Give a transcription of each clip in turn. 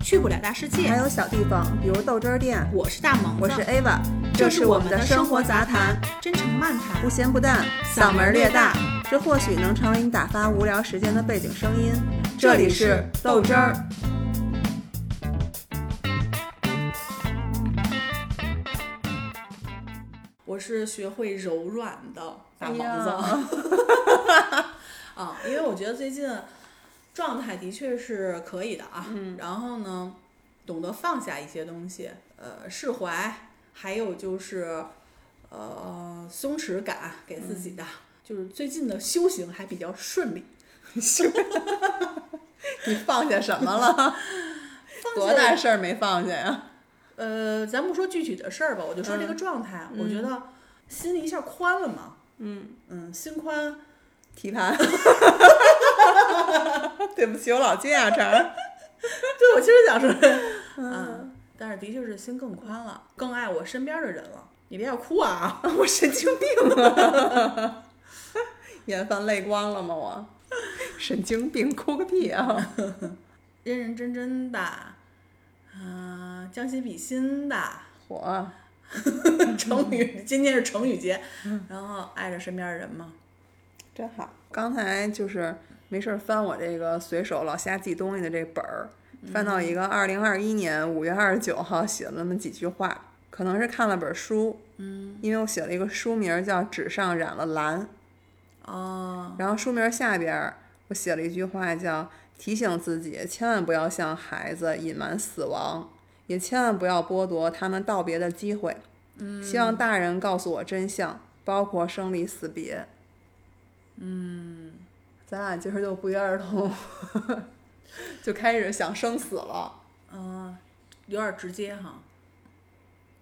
去不了大世界还。有小地方，比如豆汁儿店。我是大萌子，我是 Ava，这是是我们的生活杂谈，，真诚漫谈不。咸不淡，嗓嗓门门儿儿略略大大，这或许能成为你打发无聊时间的背景声音。这这里里是是豆豆汁汁儿儿。我是学会柔软的大毛哎子、 啊，因为我觉得最近状态的确是可以的啊。嗯然后呢，懂得放下一些东西，呃，释怀，还有就是呃松弛感给自嗯己的，就是最近的修行还比较顺利。你放下什么 了？多大事儿没放下呀？呃，咱不说具体的事儿吧，我就说这个状态，啊我觉得心一下宽了嘛。嗯嗯，心宽， 提盘。 对不起，我老接啊茬儿。对我其实想说， 嗯，但是的确是心更宽了，更爱我身边的人了。你别要哭啊！ 我神经病啊！眼泛泪光了吗？我 神经病，哭个屁啊！ 认认真真的，嗯、将心比心的， 火，啊成语今天是成语节，然后爱着身边的人嘛。真好。刚才就是没事儿翻我这个随手老瞎记东西的这本儿，翻到一个二零二一年五月二十九号写了那么几句话，可能是看了本书，嗯，因为我写了一个书名儿叫《纸上染了蓝》，哦，然后书名下边儿我写了一句话，叫“提醒自己千万不要向孩子隐瞒死亡，也千万不要剥夺他们道别的机会。”嗯，希望大人告诉我真相，包括生离死别。嗯，咱俩今儿就不约而同 就开始想生死了。嗯、有点直接哈。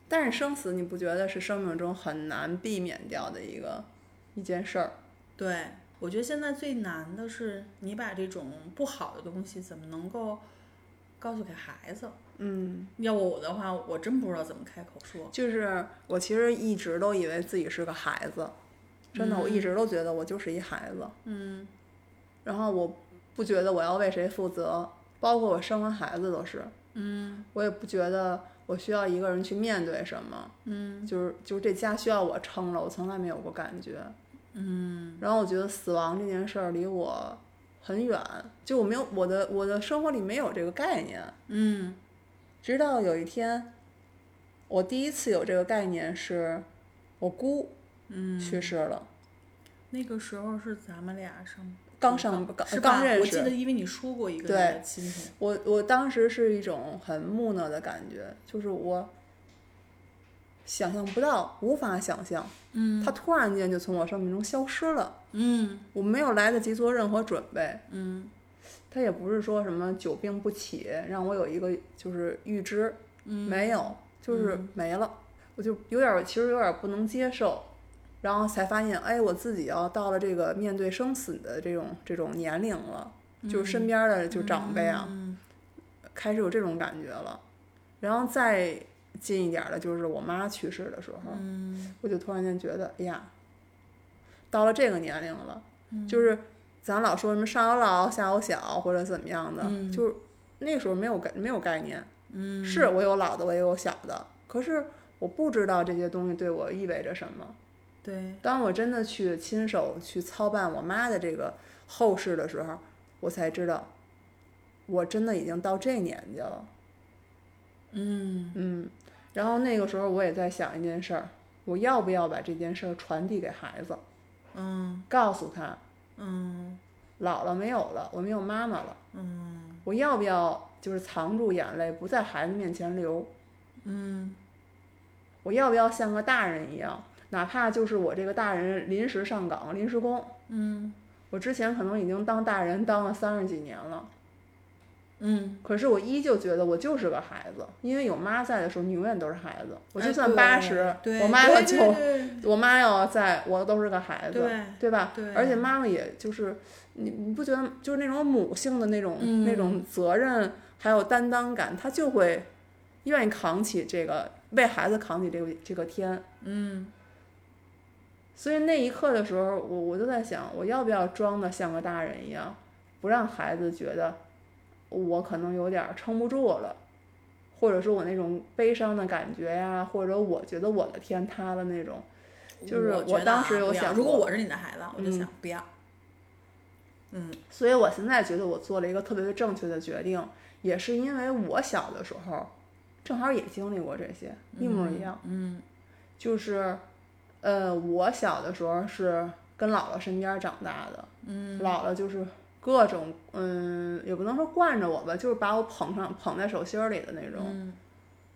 但是生死，你不觉得是生命中很难避免掉的一个一件事儿？对，我觉得现在最难的是你把这种不好的东西怎么能够告诉给孩子？嗯，要我的话，我真不知道怎么开口说。就是我其实一直都以为自己是个孩子，真的，我一直都觉得我就是一孩子。嗯，然后我不觉得我要为谁负责，包括我生完孩子都是。嗯，我也不觉得我需要一个人去面对什么。嗯，就是就是这家需要我撑了，我从来没有过感觉。嗯，然后我觉得死亡这件事儿离我很远，就我没有我的我的生活里没有这个概念。嗯，直到有一天，我第一次有这个概念是，我姑，嗯，去世了，那个时候是咱们俩上刚上刚嗯是吧刚认我记得，识。因为你说过一个你对的亲戚。我我当时是一种很木讷的感觉，就是我想象不到，无法想象，嗯他突然间就从我生命中消失了，嗯我没有来得及做任何准备。嗯他也不是说什么久病不起，让我有一个就是预知，嗯没有，就是没了，我就有点儿其实有点儿不能接受，然后才发现，哎，我自己要到了这个面对生死的这种这种年龄了，就是身边的就长辈啊，嗯开始有这种感觉了，然后再近一点儿的就是我妈去世的时候，嗯我就突然间觉得，哎呀，到了这个年龄了，嗯就是咱老说什么上有老下有小或者怎么样的，嗯就是那时候没有概没有概念，嗯，是我有老的，我也有小的，可是我不知道这些东西对我意味着什么。对，当我真的去亲手去操办我妈的这个后事的时候，我才知道，我真的已经到这年纪了。嗯嗯，然后那个时候我也在想一件事儿，我要不要把这件事儿传递给孩子，嗯告诉他嗯老了没有了，我没有妈妈了，嗯我要不要就是藏住眼泪，不在孩子面前流？嗯我要不要像个大人一样，哪怕就是我这个大人临时上岗、临时工，嗯我之前可能已经当大人当了三十几年了，嗯，可是我依旧觉得我就是个孩子，因为有妈在的时候，你永远都是孩子。我就哎算对八十、对我妈对要对九，对我妈要在，我都是个 孩子，对吧？对而且妈妈也就是你，你不觉得就是那种母性的那种、嗯那种责任还有担当感，她就会愿意扛起这个为孩子扛起这个这个天。嗯所以那一刻的时候，我我就在想，我要不要装的像个大人一样，不让孩子觉得我可能有点儿撑不住了，或者说我那种悲伤的感觉呀、或者我觉得我的天塌了那种，就是我我觉得当啊时不有要想如果过嗯我是你的孩子，我就想不要。所以我现在觉得我做了一个特别正确的决定，也是因为我小的时候正好也经历过这些，一模一样。嗯，就是，呃，我小的时候是跟姥姥身边长大的，嗯，姥姥就是各种，嗯，也不能说惯着我吧，就是把我捧上捧在手心儿里的那种。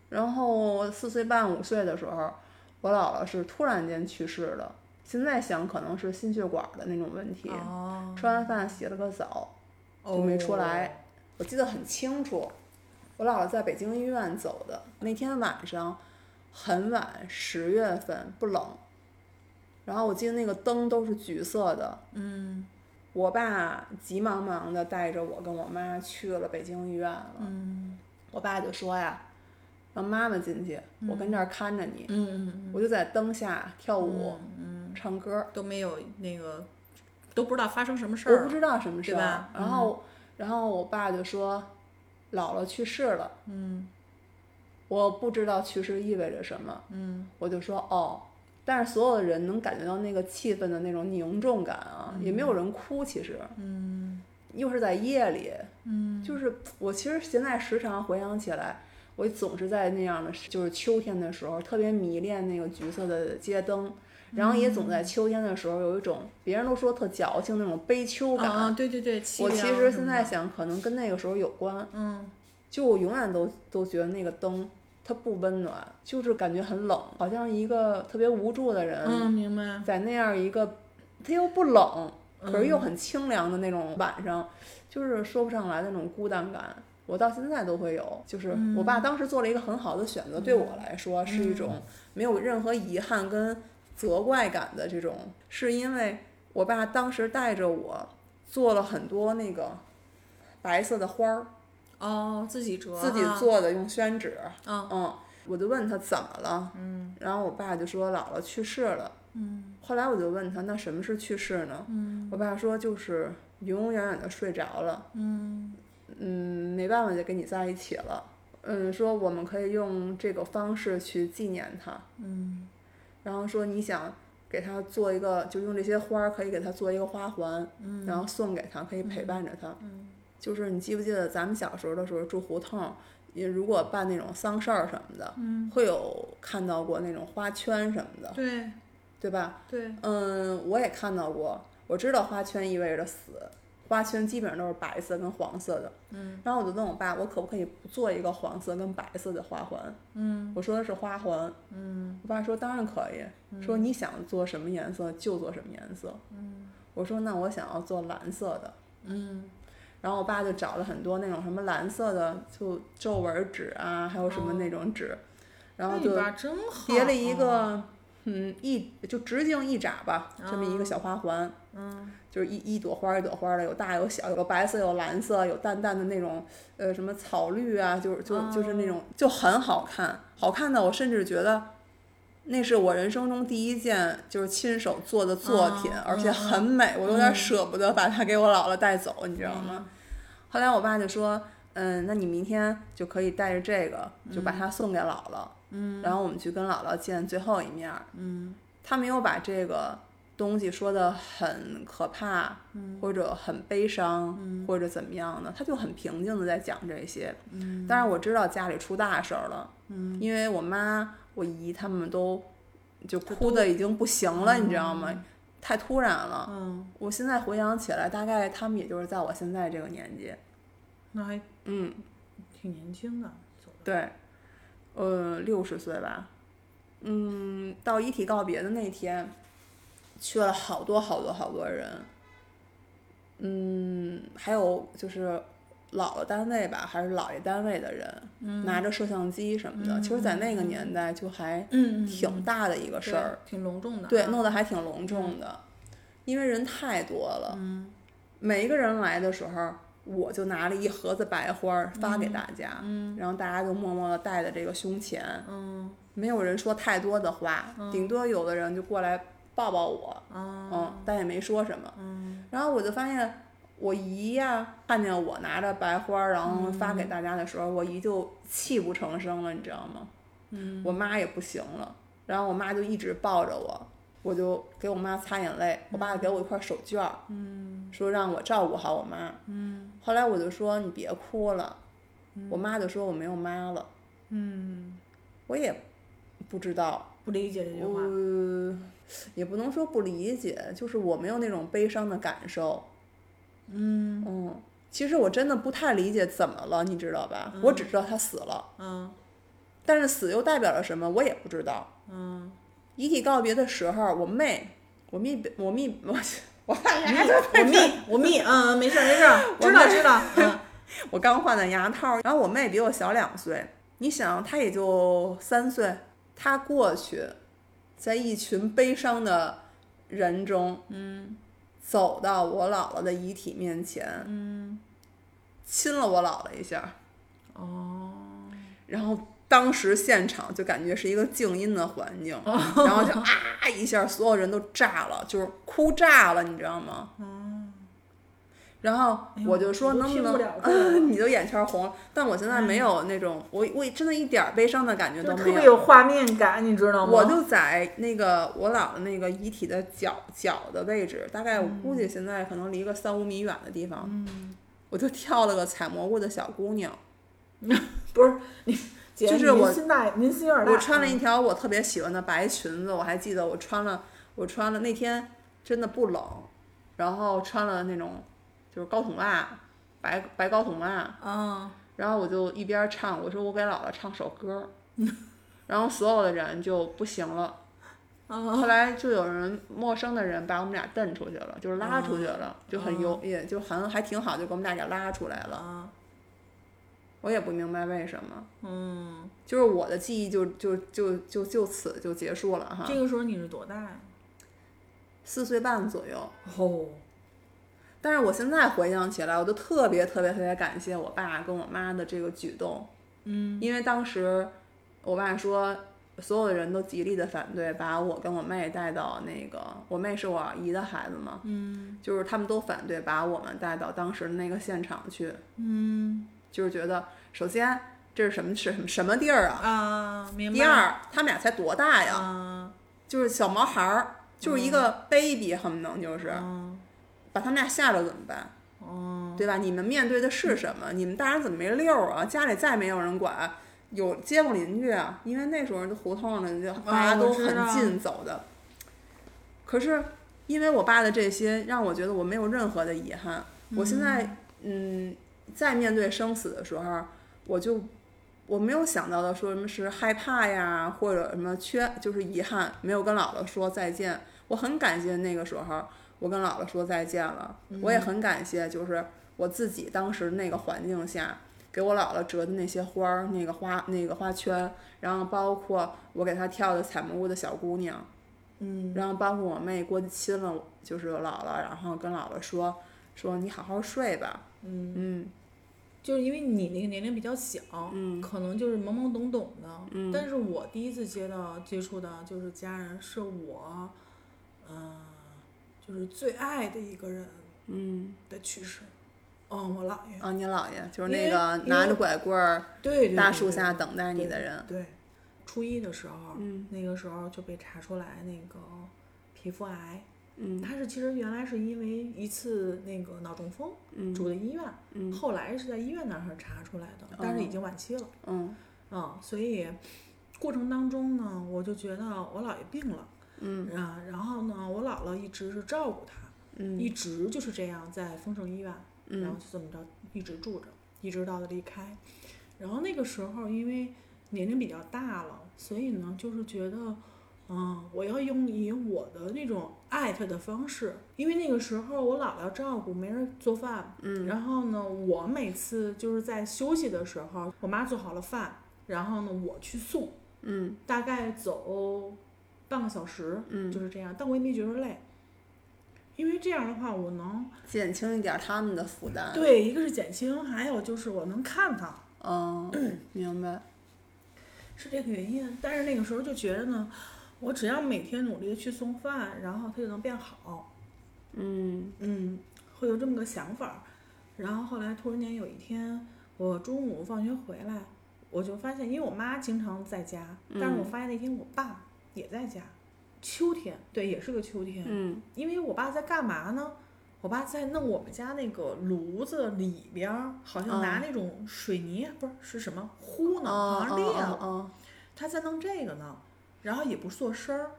然后四岁半五岁的时候，我姥姥是突然间去世了，现在想可能是心血管的那种问题。哦，吃完饭洗了个澡，就没出来。我记得很清楚，我姥姥在北京医院走的那天晚上很晚，十月份不冷。然后我记得那个灯都是橘色的，嗯，我爸急忙忙的带着我跟我妈去了北京医院了，嗯，我爸就说呀，让妈妈进去，我跟这儿看着你，嗯我就在灯下跳舞，唱歌，嗯，都没有那个，都不知道发生什么事我儿。不知道什么事对儿嗯吧。然后，然后我爸就说，姥姥去世了。嗯，我不知道去世意味着什么。嗯，我就说哦，但是所有的人能感觉到那个气氛的那种凝重感啊，也没有人哭，其实。嗯，又是在夜里。嗯，就是我其实现在时常回想起来。我总是在那样的，就是秋天的时候，特别迷恋那个橘色的街灯，然后也总在秋天的时候有一种别人都说特矫情那种悲秋感。啊，对对对，凄我其凉实什现么在的想，可能跟那个时候有关。嗯就我永远都都觉得那个灯它不温暖，就是感觉很冷，好像一个特别无助的人嗯，明白。在那样一个，它又不冷，可是又很清凉的那种晚上，就是说不上来那种孤单感。我到现在都会有，就是我爸当时做了一个很好的选择，对我来说是一种没有任何遗憾跟责怪感的这种，是因为我爸当时带着我做了很多那个白色的花儿，哦，自己折，自己。做的，用宣纸。嗯我就问他怎么了，嗯，然后我爸就说姥姥去世了，嗯，后来我就问他那什么是去世呢？嗯，我爸说就是永永远远的睡着了，嗯嗯，没办法就跟你在一起了，嗯，说我们可以用这个方式去纪念他，嗯，然后说你想。给他做一个，就用这些花儿可以给他做一个花环，嗯、然后送给他，可以陪伴着他。嗯、就是你记不记得咱们小时候的时候住胡同，你如果办那种丧事儿什么的，会有看到过那种花圈什么的，对对吧？对，嗯，我也看到过，我知道花圈意味着死，花圈基本上都是白色跟黄色的。嗯，然后我就问我爸，我可不可以不做一个黄色跟白色的花环？嗯，我说的是花环。嗯，我爸说当然可以，说你想做什么颜色就做什么颜色。嗯，我说那我想要做蓝色的。嗯。然后我爸就找了很多那种什么蓝色的，就皱纹纸啊，还有什么那种纸，然后那你就爸真好，哦叠了一个，嗯，一就直径一拃吧，这么一个小花环，嗯，就是一一朵花儿一朵花儿的，有大有小，有白色有蓝色，有淡淡的那种呃什么草绿啊，就是就就是那种就很好看，好看的我甚至觉得。那是我人生中第一件就是亲手做的作品，啊而且很美，我有点舍不得把它给我姥姥带走，你知道吗？后来我爸就说：“嗯，那你明天就可以带着这个，就把它送给姥姥。嗯，然后我们去跟姥姥见最后一面。嗯，他没有把这个东西说的很可怕，嗯，或者很悲伤，嗯，或者怎么样的，他就很平静的在讲这些。嗯，但是我知道家里出大事儿了，嗯，因为我妈、我姨他们都就哭的已经不行了，你知道吗？太突然了，嗯，我现在回想起来，大概他们也就是在我现在这个年纪，那还嗯，挺年轻的，走对，呃，六十岁吧。嗯，到遗体告别的那天，去了好多好多好多人。嗯，还有就是姥姥单位吧，还是姥爷单位的人，嗯拿着摄像机什么的。其实，在那个年代就还嗯挺大的一个事儿，，对挺隆重的，啊对，，弄得还挺隆重的，因为人太多了。嗯每一个人来的时候，我就拿了一盒子白花儿发给大家，然后大家就默默的戴在这个胸前，嗯没有人说太多的话，顶多有的人就过来抱抱我，嗯啊嗯嗯，但也没说什么。然后我就发现，我姨呀，看见我拿着白花儿，然嗯后发给大家的时候，我姨就泣不成声了，你知道吗？嗯，我妈也不行了，然后我妈就一直抱着我，我就给我妈擦眼泪，我爸给我一块手绢儿，嗯，说让我照顾好我妈，嗯，后来我就说你别哭了，我妈就说我没有妈了，嗯，我也不知道，不理解这句话， 我也不能说不理解，就是我没有那种悲伤的感受。嗯其实我真的不太理解怎么了，你知道吧？我只知道他死了，嗯但是死又代表了什么，我也不知道。嗯，遗体告别的时候，我妹，我蜜，我蜜，我 我我密我密，嗯，没事儿没事 儿，知道知道， 嗯我刚换的牙套，然后我妹比我小两岁，你想她也就三岁，她过去，在一群悲伤的人中，嗯，走到我姥姥的遗体面前，嗯，亲了我姥姥一下，哦，然后当时现场就感觉是一个静音的环境，哦然后就啊一下，所有人都炸了，就是哭炸了，你知道吗？然后嗯哎呦我就说我都能不听不能，了这个你就眼圈红了。但我现在没有那种，我我真的一点儿悲伤的感觉嗯就 都是特没别有。有画面感，你知道吗？我就在那个我姥姥那个遗体的脚脚的位置，大概我嗯估计现在可能离个三五米远的地方，我就跳了个采蘑菇的小姑娘。不是你，姐，就是我您心大，您心有点大。嗯我穿了一条我特别喜欢的白裙子，我还记得我穿了，我穿了那天真的不冷，然后穿了那种就是高筒袜，白白高筒袜，嗯，然后我就一边唱，我说我给姥姥唱首歌， 然后所有的人就不行了，嗯后来就有人陌生的人把我们俩蹬出去了，就是拉出去了，就很有也就很还挺好，就给我们俩给拉出 来了，啊嗯我也不明白为什么。嗯，就是我的记忆就就就就就此就结束了哈。这个时候你是多大啊呀？四岁半左右。哦，但是我现在回想起来，我就特别特别特别感谢我爸跟我妈的这个举动，嗯，因为当时我爸说，所有的人都极力的反对把我跟我妹带到那个，我妹是我姨的孩子嘛，嗯，就是他们都反对把我们带到当时的那个现场去，嗯就是觉得首先这是什么是什么什么地儿啊？啊，明白。第二，他们俩才多大呀？啊，就是小毛孩儿，就是一个 baby，恨不能就是，嗯把他们俩吓着怎么办？嗯对吧？你们面对的是什么？你们大人怎么没溜儿啊？家里再没有人管，有街坊邻居啊，因为那时候就胡同里就大家哦我都知很道近走的。可是因为我爸的这些，让我觉得我没有任何的遗憾。我现在嗯，在面对生死的时候，我就我没有想到的说什么是害怕呀，或者什么缺，就是遗憾没有跟姥姥说再见。我很感谢那个时候我跟姥姥说再见了，我也嗯很感谢就是我自己当时那个环境下。给我姥姥折的那些花儿，那个花那个花圈，然后包括我给她跳的采蘑菇的小姑娘，嗯然后包括我妹过去亲了我，就是我姥姥，然后跟姥姥说说你好好睡吧，嗯，嗯就是因为你那个年龄比较小，嗯可能就是懵懵懂懂的。但是我第一次接到接触到就是家人，是我，嗯、就是最爱的一个人嗯的去世。嗯，我姥爷。啊，你姥爷就是因那为个因为拿着拐棍儿对对对大对树对下等待你对的人，对，初一的时候，嗯那个时候就被查出来那个皮肤癌，嗯他是其实原来是因为一次那个脑中风嗯住的医院，嗯哦后来是在医院那儿查出来的，但是已经晚期了，嗯嗯，所以过程当中呢，我就觉得我姥爷病了，嗯啊，然后呢，我姥姥一直是照顾他，嗯一直就是这样在丰盛医院，然后嗯就这么着一直住着，一直到他离开。然后那个时候因为年龄比较大了，所以呢就是觉得，嗯，我要用以我的那种爱他的方式，因为那个时候我姥姥照顾，没人做饭，嗯然后呢，我每次就是在休息的时候，我妈做好了饭，然后呢我去送，嗯大概走半个小时，嗯，就是这样，但我也没觉得累。因为这样的话，我能减轻一点他们的负担，对，一个是减轻，还有就是我能看他，嗯，明白，是这个原因。但是那个时候就觉得呢，我只要每天努力的去送饭，然后他就能变好。嗯嗯，会有这么个想法儿。然后后来突然间有一天，我中午放学回来，我就发现，因为我妈经常在家，嗯但是我发现那天我爸也在家，秋天，对，也是个秋天。嗯因为我爸在干嘛呢？我爸在弄我们家那个炉子里边儿，好像拿那种水泥，不是是什么糊呢，好像裂了。哦哦他在弄这个呢，然后也不做声儿。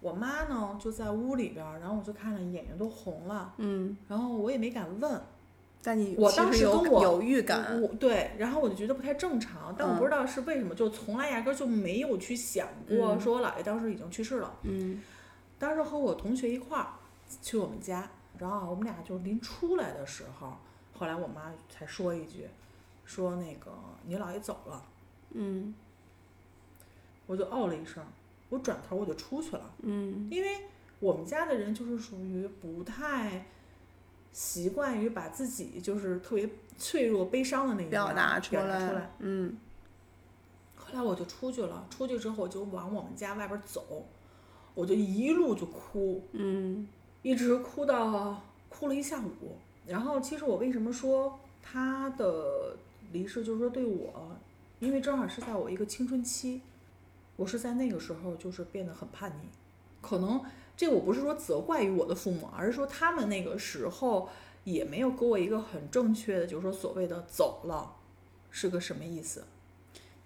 我妈呢就在屋里边儿，然后我就看了眼睛都红了，嗯，然后我也没敢问。但你哦我其当实时有跟我嗯有预感，我对，然后我就觉得不太正常，但我嗯不知道是为什么，就从来压根儿就没有去想过，嗯说我姥爷当时已经去世了。嗯当时和我同学一块儿去我们家，然后我们俩就临出来的时候，后来我妈才说一句，说那个你姥爷走了，嗯我就哦了一声，我转头我就出去了。嗯因为我们家的人就是属于不太习惯于把自己就是特别脆弱、悲伤的那一面表达出表达出来。嗯后来我就出去了，出去之后我就往我们家外边走，我就一路就哭，嗯一直哭到哭了一下午。然后其实我为什么说他的离世，就是说对我，因为正好是在我一个青春期，我是在那个时候就是变得很叛逆。可能这我不是说责怪于我的父母，而是说他们那个时候也没有给我一个很正确的，就是说所谓的走了是个什么意思。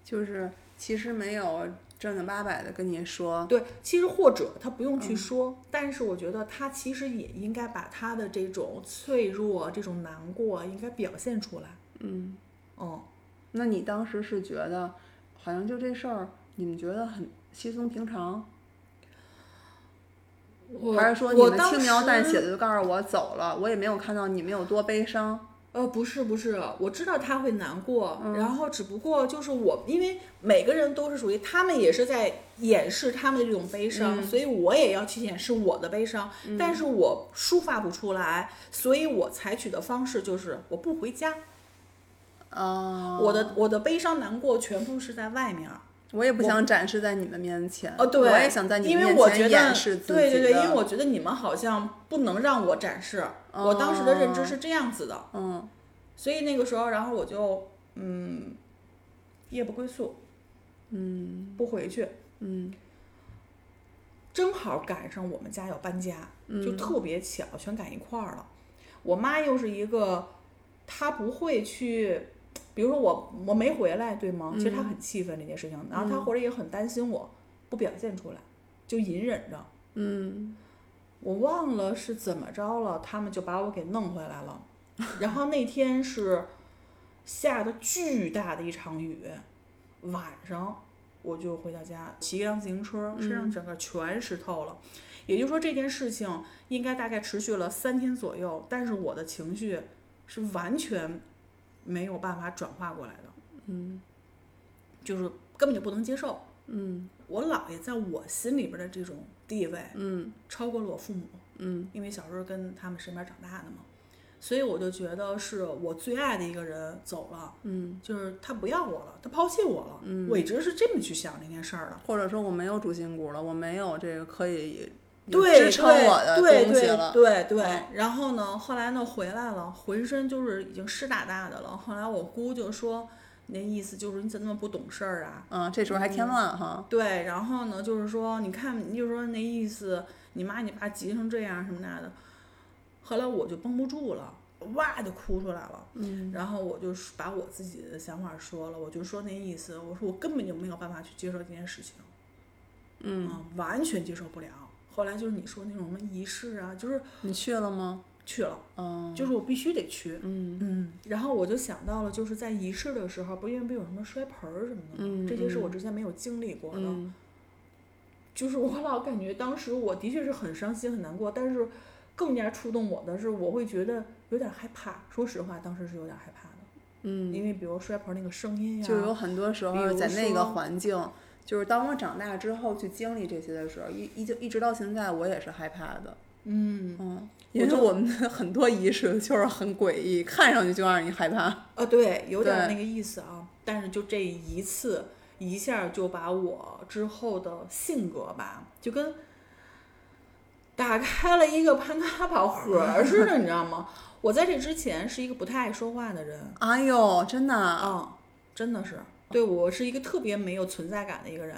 就是其实没有正经八百的跟你说，嗯对，其实或者他不用去说，但是我觉得他其实也应该把他的这种脆弱、这种难过应该表现出来。嗯，嗯，那你当时是觉得好像就这事儿，你们觉得很稀松平常，我还是说你我们当轻描淡写时？的就告诉我走了，我也没有看到你们有多悲伤，呃，不是不是，我知道他会难过，嗯然后只不过就是我，因为每个人都是属于他们也是在掩饰他们的这种悲伤，嗯所以我也要去掩饰我的悲伤，但是我抒发不出来，所以我采取的方式就是我不回家，啊、我的我的悲伤难过全部是在外面儿。我也不想展示在你们面前，哦，对，我也想在你因们为面我觉前得掩饰自己对对对，因为的我觉得你们好像不能让我展示，我当时的哦认知是这样子的，嗯所以那个时候，然后我就嗯，夜不归宿，嗯不回去，嗯正好赶上我们家要搬家，嗯就特别巧，全赶一块儿了。我妈又是一个，她不会去，比如说我我没回来，对吗？其实嗯她很气愤这件事情，然后她回来也很担心我，不表现出来，就隐忍着。嗯我忘了是怎么着了，他们就把我给弄回来了。 然后那天是下的巨大的一场雨，晚上我就回到家，骑一辆自行车，身嗯上整个全湿透了。也就是说，这件事情应该大概持续了三天左右，但是我的情绪是完全没有办法转化过来的，嗯就是根本就不能接受。嗯我姥爷在我心里边的这种地位，嗯超过了我父母。嗯因为小时候跟他们身边长大的嘛，所以我就觉得是我最爱的一个人走了，嗯，就是他不要我了，他抛弃我了，我一直是这么去想这件事儿的。或者说我没有主心骨了，我没有这个可以对，支撑我的对东对西了，对对嗯然后呢，后来呢回来了，浑身就是已经湿哒哒的了。后来我姑就说，那意思就是你怎么那么不懂事儿啊？嗯，这时候还添乱哈，对，然后呢，就是说，你看，你就说那意思，你妈你爸急成这样什么那的，后来我就绷不住了，哇就哭出来了。嗯然后我就是把我自己的想法说了，我就说那意思，我说我根本就没有办法去接受这件事情，嗯，啊，完全接受不了。后来就是你说那种什么仪式啊，就是你去了吗？去了，嗯就是我必须得去。嗯嗯，然后我就想到了，就是在仪式的时候，不因为不有什么摔盆儿什么的吗，嗯这些是嗯我之前没有经历过的。嗯 就是我老感觉当时我的确是很伤心很难过，但是更加触动我的是，我会觉得有点害怕。说实话，当时是有点害怕的，嗯，因为比如摔盆儿那个声哎音呀，就有很多时比候如在那个说环境。就是当我长大之后去经历这些的时候，一一就一直到现在，我也是害怕的。嗯，嗯，我因为就我们的 很多仪式就是很诡异，看上去就让你害怕。啊，对，有点对那个意思啊。但是就这一次，一下就把我之后的性格吧，就跟打开了一个潘多拉宝盒似的，你知道吗？我在这之前是一个不太爱说话的人，哎呦，真的啊，嗯，真的是，对我是一个特别没有存在感的一个人，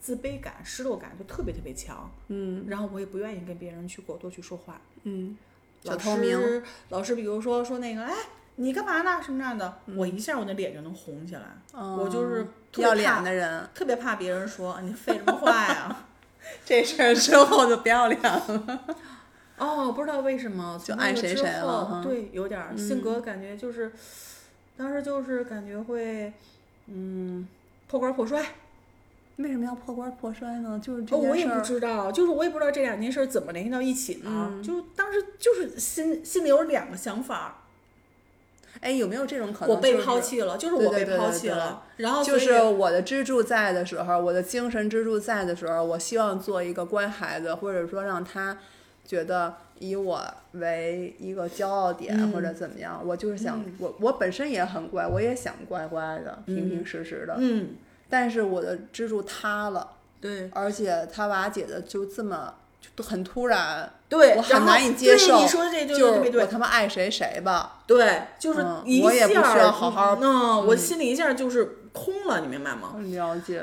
自卑感、失落感就特别特别强。嗯然后我也不愿意跟别人去过多去说话。嗯，小老透明，师，老师，比如说说那个，哎，你干嘛呢？什么那样的，我一下我那脸就能红起来。嗯我就是特别怕哦要脸的人，特别怕别人说你废什么话呀？ 这事儿之后就不要脸了。哦，不知道为什么，就从那爱个谁之谁后了哈嗯对，有点儿性格感觉就是，当时就是感觉会，嗯，破罐破摔。为什么要破罐破摔呢？就是哦，嗯这我件也事不儿，知道，就是我也不知道这两件事儿怎么联系到一起的，嗯就当时就是心心里有两个想法，哎，有没有这种可能？我被就是抛弃了，就是对我对被对抛对弃对了，然后所就以是我的支柱在的时候，我的精神支柱在的时候，我希望做一个乖孩子，或者说让他觉得以我为一个骄傲点，嗯或者怎么样。我就是想，我我本身也很乖，我也想乖乖的、平平实实的，嗯，但是我的支柱塌了，对而且它瓦解的就这么就都很突然，对，我然很后难以接对受。你说这就就特别是我对，他妈爱谁谁吧，对，就是嗯一下儿，我也不需要好好嗯，我嗯心里一下就是空了，你明白吗？哦了解。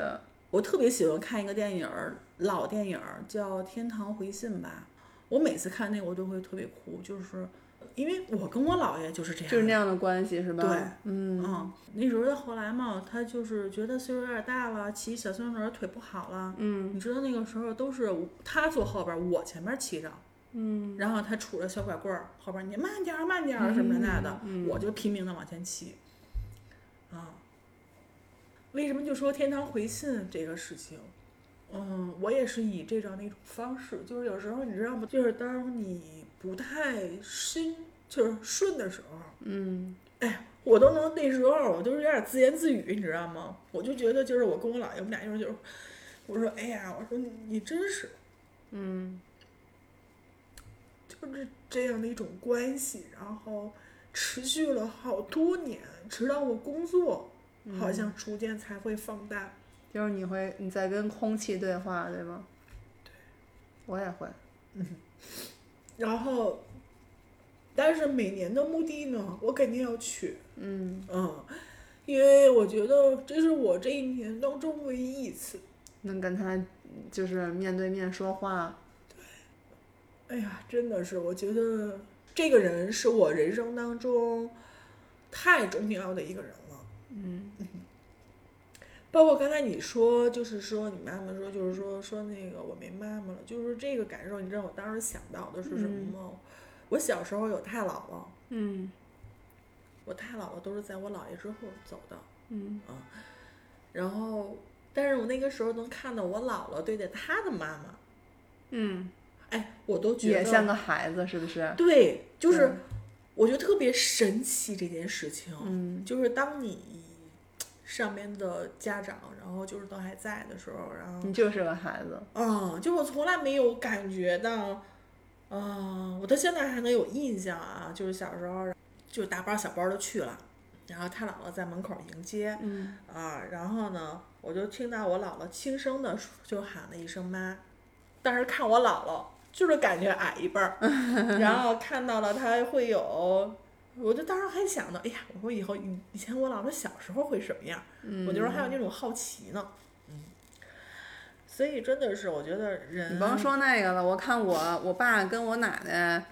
我特别喜欢看一个电影儿，老电影儿叫《天堂回信》吧，我每次看那个我都会特别哭，就是因为我跟我姥爷就是这样，就是那样的关系是吧？对，嗯，嗯，那时候到后来嘛，他就是觉得岁数有点大了，骑小三轮儿腿不好了。嗯你知道那个时候都是我他坐后边儿，我前面骑着，嗯，然后他杵着小拐棍儿，后边儿你慢点儿慢点儿什么的那的，嗯嗯我就拼命的往前骑。啊，为什么就说天堂回信这个事情？嗯，我也是以这样的一种方式，就是有时候你知道吗？就是当你不太心就是顺的时候，嗯，哎我都能那时候我就是有点自言自语，你知道吗？我就觉得就是我跟我姥爷，我们俩就是就是，我说哎呀，我说你你真是，嗯，就是这样的一种关系，然后持续了好多年，直到我工作，嗯好像逐渐才会放大。就是你会你在跟空气对话，对吗？对，我也会。然后，但是每年的目的呢，我肯定要去，嗯，嗯，因为我觉得这是我这一年当中唯一一次。能跟他就是面对面说话，哎呀，真的是，我觉得这个人是我人生当中太重要的一个人了。嗯包括刚才你说，就是说你妈妈说，就是说说那个我没妈妈了，就是这个感受，你知道我当时想到的是什么吗？我小时候有太姥姥，嗯我太姥姥都是在我姥爷之后走的，嗯然后但是我那个时候能看到我姥姥对待她的妈妈，嗯，哎，我都觉也得像个孩子，是不是？对，就是、嗯我觉得特别神奇这件事情，嗯就是当你上面的家长，然后就是都还在的时候，然后你就是个孩子，嗯，就我从来没有感觉到，嗯，我到现在还能有印象啊，就是小时候就大包小包的去了，然后他姥姥在门口迎接嗯啊，然后呢，我就听到我姥姥轻声的就喊了一声妈，但是看我姥姥就是感觉矮一辈 儿，然后看到了她会有。我就当时还想呢，哎呀，我说以后以以前我姥姥小时候会什么样？嗯，我觉得还有那种好奇呢。嗯，所以真的是，我觉得人你甭说那个了，我看我我爸跟我奶奶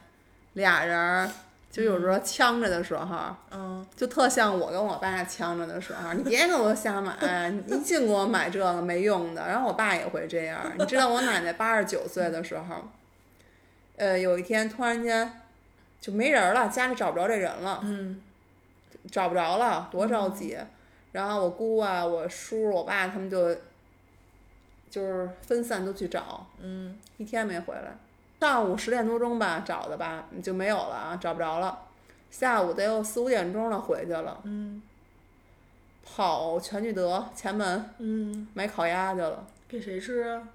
俩人儿，就有时候呛着的时候，嗯，就特像我跟我爸呛着的时候，你别给我瞎买，你一净给我买这个没用的。然后我爸也会这样，你知道我奶奶八十九岁的时候，呃，有一天突然间就没人了，家里找不着这人了，嗯，找不着了，多着急。然后我姑啊、我叔、我爸他们就就是分散都去找，嗯，一天没回来。上午十点多钟吧找的吧，就没有了啊，找不着了。下午得有四五点钟了回去了。嗯跑全聚德前门嗯，买烤鸭去了，给谁吃啊？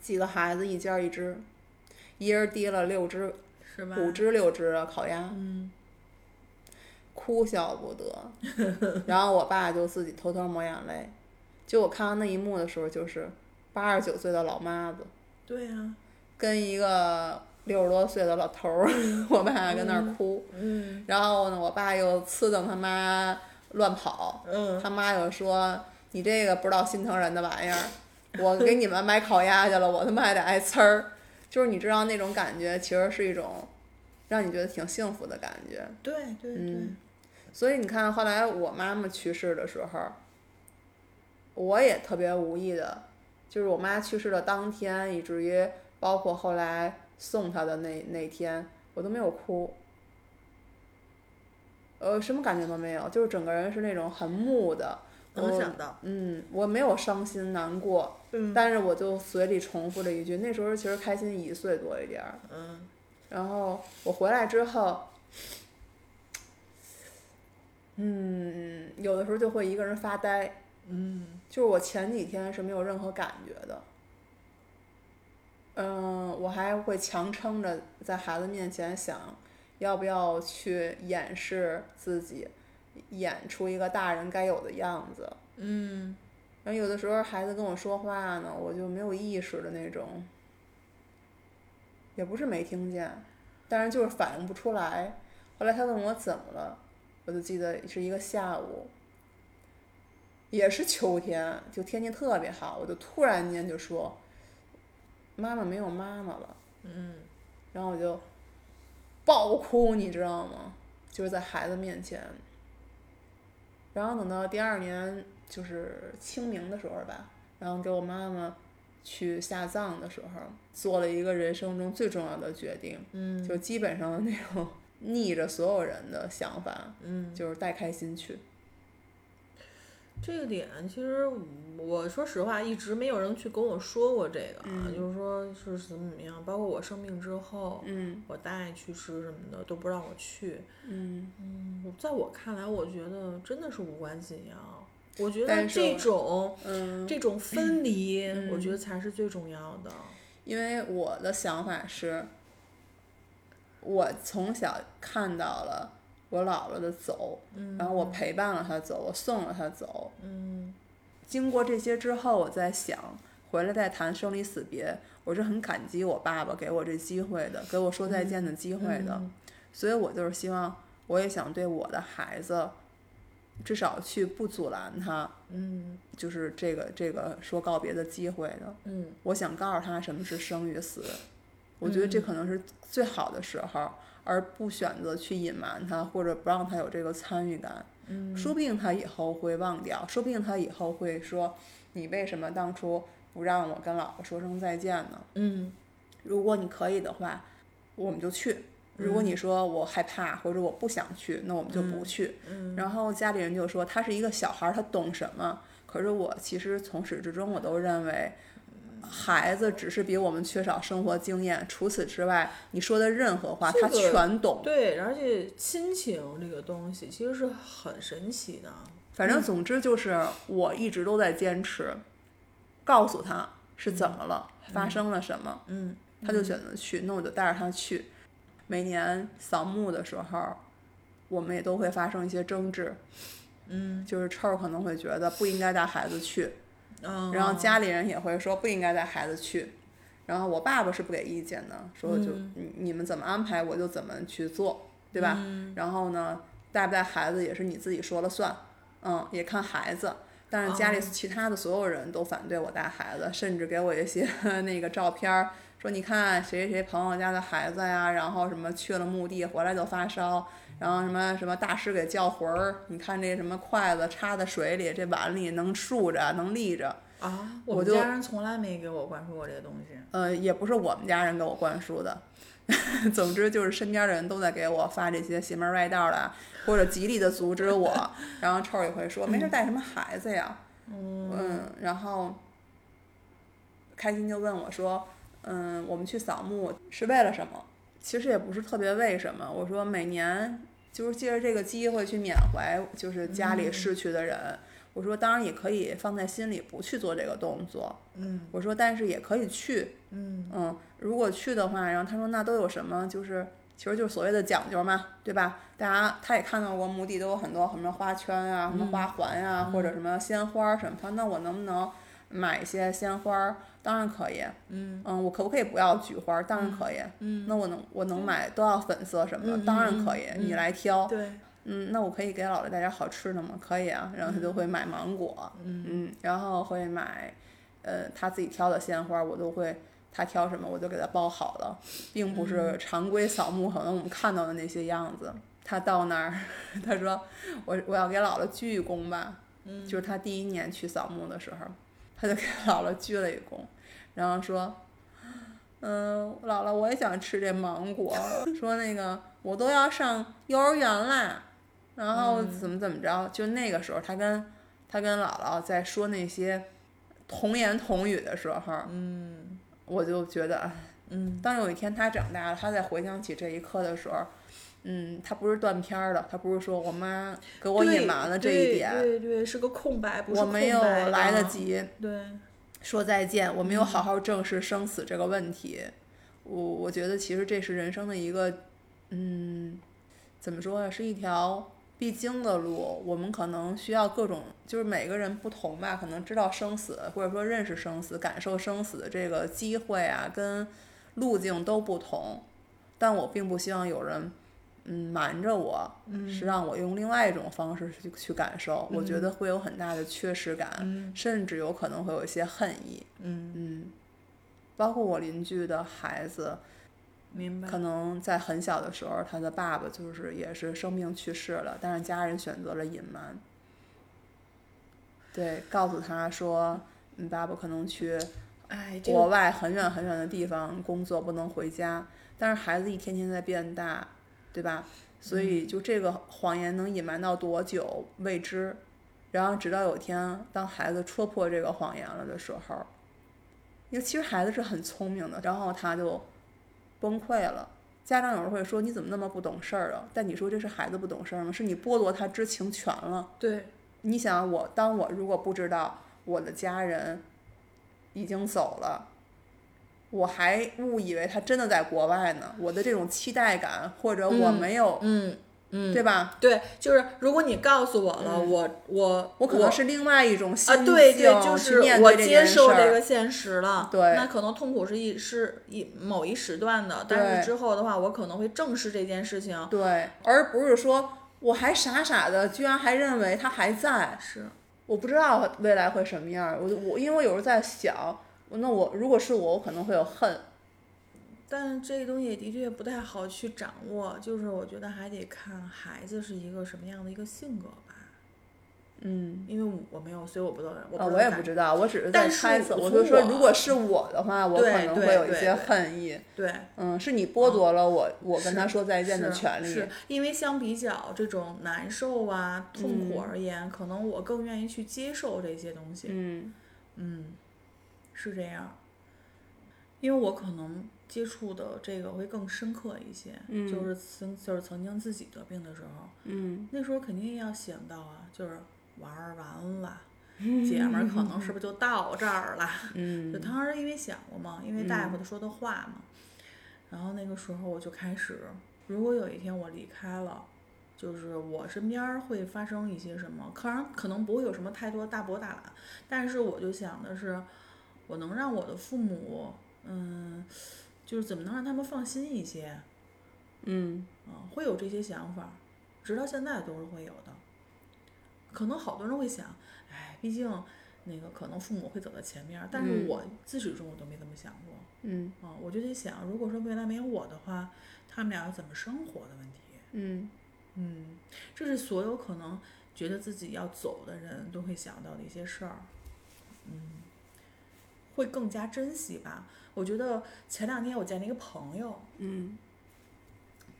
几个孩子一家一只，一人提了六只、是吧？五只、六只烤鸭，嗯哭笑不得。然后我爸就自己偷偷抹眼泪。就我看到那一幕的时候，就是八十九岁的老妈子，对呀、啊跟一个六十多岁的老头儿， 我爸跟那儿哭，嗯然后呢，我爸又呲瞪他妈乱跑，嗯，他妈又说你这个不知道心疼人的玩意儿，我给你们买烤鸭去了，我他妈还得挨呲儿，就是你知道那种感觉，其实是一种让你觉得挺幸福的感觉。对对对嗯，所以你看，后来我妈妈去世的时候，我也特别无意的，就是我妈去世的当天，以至于包括后来送她的那那天，我都没有哭，呃，什么感觉都没有，就是整个人是那种很木的。能我想到，嗯，我没有伤心难过，嗯但是我就嘴里重复了一句，那时候其实开心一岁多一点儿，嗯然后我回来之后，嗯，有的时候就会一个人发呆，嗯就是我前几天是没有任何感觉的。嗯，我还会强撑着在孩子面前想，要不要去掩饰自己，演出一个大人该有的样子。嗯然后有的时候孩子跟我说话呢，我就没有意识的那种，也不是没听见，但是就是反应不出来。后来他问我怎么了，我就记得是一个下午，也是秋天，就天气特别好，我就突然间就说：“妈妈没有妈妈了。”嗯，然后我就爆哭，你知道吗？就是在孩子面前。然后等到第二年，就是清明的时候吧，然后给我妈妈去下葬的时候，做了一个人生中最重要的决定，嗯，就基本上那种逆着所有人的想法，嗯，就是带开心去。这个点其实我说实话，一直没有人去跟我说过这个啊，嗯就是说是怎么怎么样，包括我生病之后，嗯我大爷去世什么的都不让我去。嗯，嗯，在我看来，我觉得真的是无关紧要。我觉得但是这种嗯，这种分离，嗯我觉得才是最重要的。因为我的想法是，我从小看到了我姥姥的走，嗯然后我陪伴了她走，我送了她走。嗯经过这些之后，我在想，回来再谈生离死别，我是很感激我爸爸给我这机会的，给我说嗯再见的机会的。所以我就是希望，我也想对我的孩子，至少去不阻拦他，嗯就是这个这个说告别的机会的。嗯我想告诉他什么是生与死，我觉得这可能是最好的时候，而不选择去隐瞒他或者不让他有这个参与感。嗯说不定他以后会忘掉，说不定他以后会说：“你为什么当初不让我跟姥姥说声再见呢嗯？”如果你可以的话，我们就去。如果你说我害怕或者我不想去，那我们就不去。嗯然后家里人就说他是一个小孩儿，他懂什么？可是我其实从始至终我都认为，嗯孩子只是比我们缺少生活经验，除此之外，你说的任何话这他个全懂。对，而且亲情这个东西其实是很神奇的。嗯反正总之就是我一直都在坚持，告诉他是怎么了，发生了什么，嗯他就选择去，那我就带着他去。每年扫墓的时候，我们也都会发生一些争执，嗯就是臭儿可能会觉得不应该带孩子去，嗯，然后家里人也会说不应该带孩子去。然后我爸爸是不给意见的，说就你你们怎么安排我就怎么去做，对吧？然后呢，带不带孩子也是你自己说了算，嗯，也看孩子。但是家里其他的所有人都反对我带孩子，甚至给我一些 那个照片儿，说你看谁谁谁朋友家的孩子呀，然后什么去了墓地回来就发烧，然后什么什么大师给叫魂儿，你看这什么筷子插在水里，这碗里能竖着能立着，啊，我我们就家人从来没给我灌输过这个东西。呃，也不是我们家人给我灌输的。 总之就是身边的人都在给我发这些邪门歪道的，或者极力的阻止我。然后臭儿也会说没事儿带什么孩子呀，嗯然后开心就问我说，嗯，我们去扫墓是为了什么？其实也不是特别为什么，我说每年就是借着这个机会去缅怀，就是家里逝去的人。我说当然也可以放在心里，不去做这个动作。嗯我说但是也可以去，嗯嗯，如果去的话，然后他说那都有什么？就是其实就是所谓的讲究嘛，对吧？大家他也看到过墓嗯地都有很多什么花圈啊、什么花环呀、或者什么鲜花儿什么。他说那我能不能买一些鲜花儿，当然可以。嗯我可不可以不要菊花儿？当然可以。嗯，那我能我能买都要粉色什么的，嗯嗯当然嗯可以，嗯你来挑。对，嗯，那我可以给姥姥带点好吃的吗？可以啊，然后嗯他就会买芒果，嗯然后会买，呃，他自己挑的鲜花，我都会他挑什么我就给他包好了，并不是常规扫墓可能我们看到的那些样子。他到那儿， 他说我我要给姥姥鞠一躬吧，嗯，就是他第一年去扫墓的时候，他就给 姥姥鞠了一躬，然后说嗯，姥姥，我也想吃这芒果。 说那个我都要上幼儿园啦，然后嗯怎么怎么着，就那个时候，他跟他跟姥姥在说那些童言童语的时候，嗯，我就觉得，哎嗯，当有一天他长大了，他再回想起这一刻的时候，嗯，他不是断片儿的，他不是说我妈给我对隐瞒了这一对点，对对，是个空白，不是我没有空白的嗯来得。及对，说再见，我没有好好正视生死这个问题。我我觉得其实这是人生的一个，嗯，怎么说呀，是一条必经的路。我们可能需要各种，就是每个人不同吧，可能知道生死，或者说认识生死、感受生死的这个机会啊，跟路径都不同。但我并不希望有人，嗯，瞒着我，嗯是让我用另外一种方式去去感受。我觉得会有很大的缺失感。嗯甚至有可能会有一些恨意。嗯，嗯，包括我邻居的孩子，明白。可能在很小的时候，他的爸爸就是也是生病去世了，但是家人选择了隐瞒，对，告诉他说，你爸爸可能去哎，这个国外很远很远的地方工作，不能回家。但是孩子一天天在变大，对吧？所嗯以就这个谎言能隐瞒到多久未知，然后直到有一天，当孩子戳破这个谎言了的时候，因为其实孩子是很聪明的，然后他就崩溃了。家长有时候会说：“你怎么那么不懂事儿啊？”但你说这是孩子不懂事儿吗？是你剥夺他知情权了。对，你想我，当我如果不知道我的家人已经走了，我还误以为他真的在国外呢，我的这种期待感，或者我没有，嗯嗯，对吧？对，就是如果你告诉我了，我我嗯我可能是另外一种心啊，境、对对，就是去面我对这接件事受这儿。个现实了。对那可能痛苦是一是一某一时段的，但对是之后的话，我可能会正视这件事情。对，而不是说我还傻傻的，居然还认为他还在，是，我不知道未来会什么样儿。我就我因为我有时候在想，那我如果是我，我可能会有恨。但是这个东西的确不太好去掌握，就是我觉得还得看孩子是一个什么样的一个性格吧。嗯，因为我没有，所以我不知道，我不啊，知我道也咋不知道，我只是在但是猜测。我我从就说，我如果是我的话，我可对能对会有一对对些恨意。对。嗯，是你剥夺了我我跟是他说再见的是权利。是因为相比较这种难受啊、痛嗯苦而言，可能我更愿意去接受这些东西。嗯嗯，是这样。因为我可能接触的这个会更深刻一些，嗯就是曾就是曾经自己得病的时候，嗯那时候肯定要想到啊，就是玩儿完了，姐们儿可能是不是就到这儿了？就嗯当时因为想过嘛，因为大夫他说的话嘛，然后那个时候我就开始，如果有一天我离开了，就是我身边儿会发生一些什么，可能可能不会有什么太多大波大澜，但是我就想的是，我能让我的父母，嗯，就是怎么能让他们放心一些，嗯嗯，会有这些想法，直到现在都是会有的。可能好多人会想，哎，毕竟那个可能父母会走在前面儿，但是嗯我自始至终我都没这么想过。嗯啊、我就在想，如果说未来没有我的话，他们俩要怎么生活的问题。嗯嗯，这是所有可能觉得自己要走的人都会想到的一些事儿。嗯，会更加珍惜吧。我觉得前两天我见了一个朋友，嗯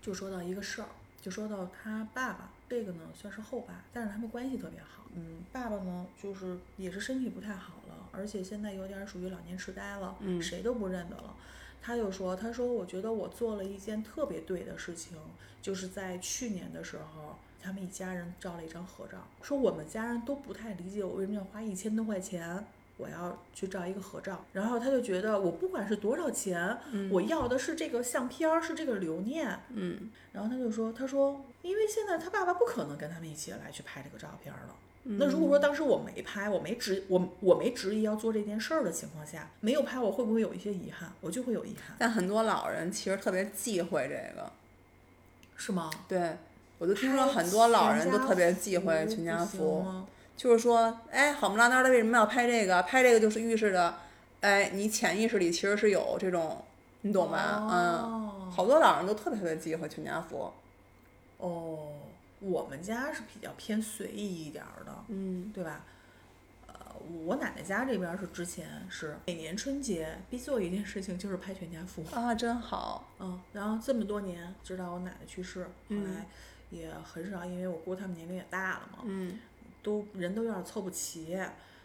就说到一个事儿，就说到他爸爸，这个呢算是后爸，但是他们关系特别好。嗯，爸爸呢就是也是身体不太好了，而且现在有点儿属于老年痴呆了，嗯谁都不认得了。他就说，他说我觉得我做了一件特别对的事情，就是在去年的时候。他们一家人照了一张合照，说我们家人都不太理解我为什么要花一千多块钱，我要去照一个合照。然后他就觉得我不管是多少钱，我要的是这个相片儿，是这个留念。嗯然后他就说：“他说，因为现在他爸爸不可能跟他们一起来去拍这个照片了，那如果说当时我没拍，我没执我我没执意要做这件事儿的情况下，没有拍，我会不会有一些遗憾？我就会有遗憾，但很多老人其实特别忌讳这个，是吗？对我就听说很多老人都特别忌讳全家福福，吗？就是说，哎，好不拉当的为什么要拍这个？拍这个就是预示着，哎，你潜意识里其实是有这种，你懂吧？嗯，哦好多老人都特别特别忌讳全家福，哦，我们家是比较偏随意一点儿的，嗯对吧？呃，我奶奶家这边儿是之前是每年春节必做一件事情，就是拍全家福。啊，真好，嗯，然后这么多年，直到我奶奶去世，后来也很少，因为我姑他们年龄也大了嘛，嗯都人都有点凑不齐，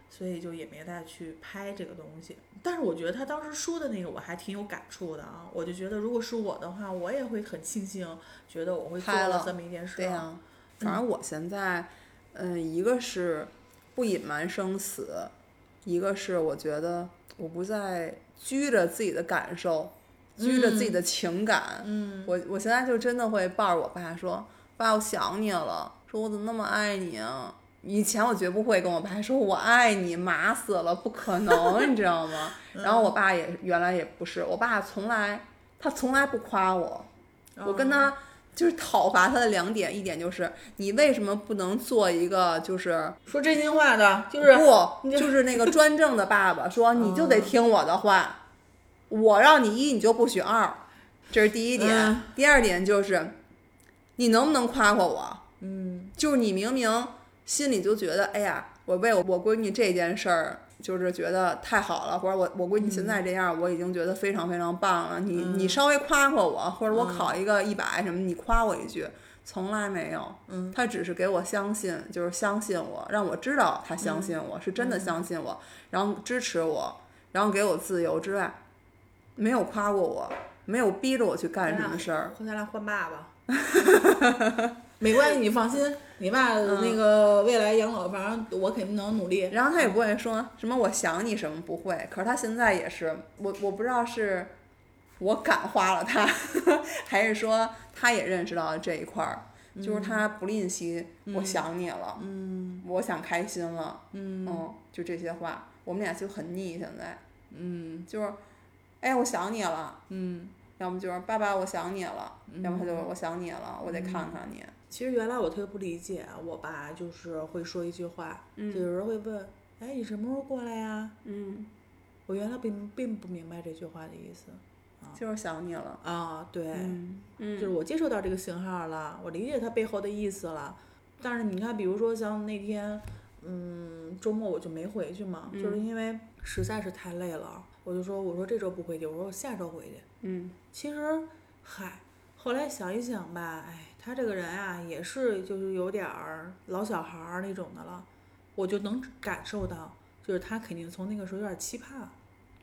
所以就也没再去拍这个东西。但是我觉得他当时说的那个我还挺有感触的啊，我就觉得如果是我的话，我也会很庆幸，觉得我会做拍了这么一件事对呀、儿。啊反正我现在，嗯、一个是不隐瞒生死，一个是我觉得我不再拘着自己的感受，拘着自己的情感。嗯，我我现在就真的会抱着我爸说：“爸，我想你了。”说我怎么那么爱你啊？以前我绝不会跟我爸说我爱你，麻死了，不可能，你知道 吗？然后我爸也原来也不是，我爸从来他从来不夸我，嗯我跟他就是讨伐他的两点，一点就是你为什么不能做一个就是说真心话的，就是嗯不你就是那个专政的爸爸，说你就得听我的话，我让你一你就不许二，这是第一点嗯。第二点就是你能不能夸夸我？嗯，就是你明明心里就觉得，哎呀，我为我我闺女这件事儿，就是觉得太好了，或者我我闺女现嗯在这样，我已经觉得非常非常棒了。你、你稍微夸夸我，或者我嗯考一个一百什么，你夸我一句，从来没有。嗯，他只是给我相信，就是相信我，让我知道他相信我、是真的相信我，然后支持我，然后给我自由之外，没有夸过我，没有逼着我去干什么 事儿。和咱俩换爸爸。 没关系，你放心，你爸嗯那个未来养老，反正我肯定能努力。然后他也不会说什么我想你什么不会，可是他现在也是，我我不知道是我感化了他， 还是说他也认识到了这一块儿，就是他不吝惜、我想你了，嗯，我想开心了，嗯就这些话，我们俩就很腻现在，嗯，就是，哎，我想你了，嗯，要么就是爸爸我想你了，要么他就我想你了，我得看看你，其实原来我特别不理解，啊我爸就是会说一句话，就有人会问，哎，你什么时候过来呀？嗯，我原来并并不明白这句话的意思。就是想你了，啊，对，嗯嗯就是我接受到这个信号了，我理解它背后的意思了。但是你看，比如说像那天，嗯，周末我就没回去嘛，就是嗯因为实在是太累了，我就说我说这周不回去，我说我下周回去。嗯其实，嗨，后来想一想吧，哎，他这个人啊，也是就是有点儿老小孩儿那种的了，我就能感受到，就是他肯定从那个时候有点期盼，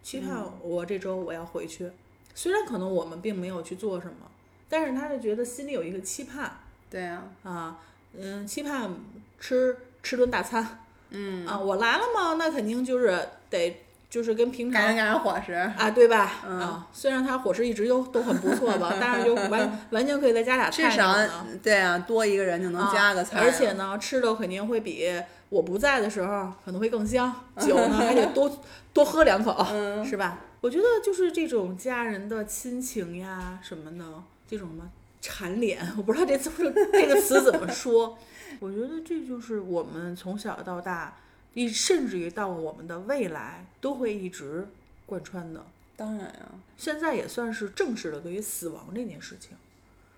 期盼我这周我要回去，虽然可能我们并没有去做什么，但是他就觉得心里有一个期盼对呀、啊，嗯，期盼吃吃顿大餐，嗯啊，我来了嘛，那肯定就是得就是跟平常赶上赶上伙食。啊，对吧？嗯啊，虽然它伙食一直都都很不错吧，但是就 完完全可以再加俩菜至少那种的对啊，多一个人就能加个菜、啊而且呢，吃的肯定会比我不在的时候可能会更香，酒呢还 得多多喝两口，嗯是吧？我觉得就是这种家人的亲情呀什么的，这种什么缠脸，我不知道这词 这个词怎么说。我觉得这就是我们从小到大，一甚至于到我们的未来，都会一直贯穿的。当然啊，现在也算是正视了对于死亡这件事情。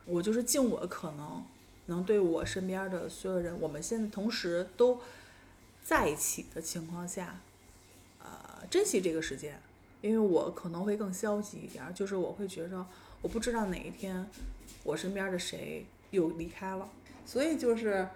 我就是尽我可能，能对我身边的所有人，我们现在同时都在一起的情况下，呃，珍惜这个时间，因为我可能会更消极一点儿，就是我会觉着我不知道哪一天我身边的谁又离开了所以就是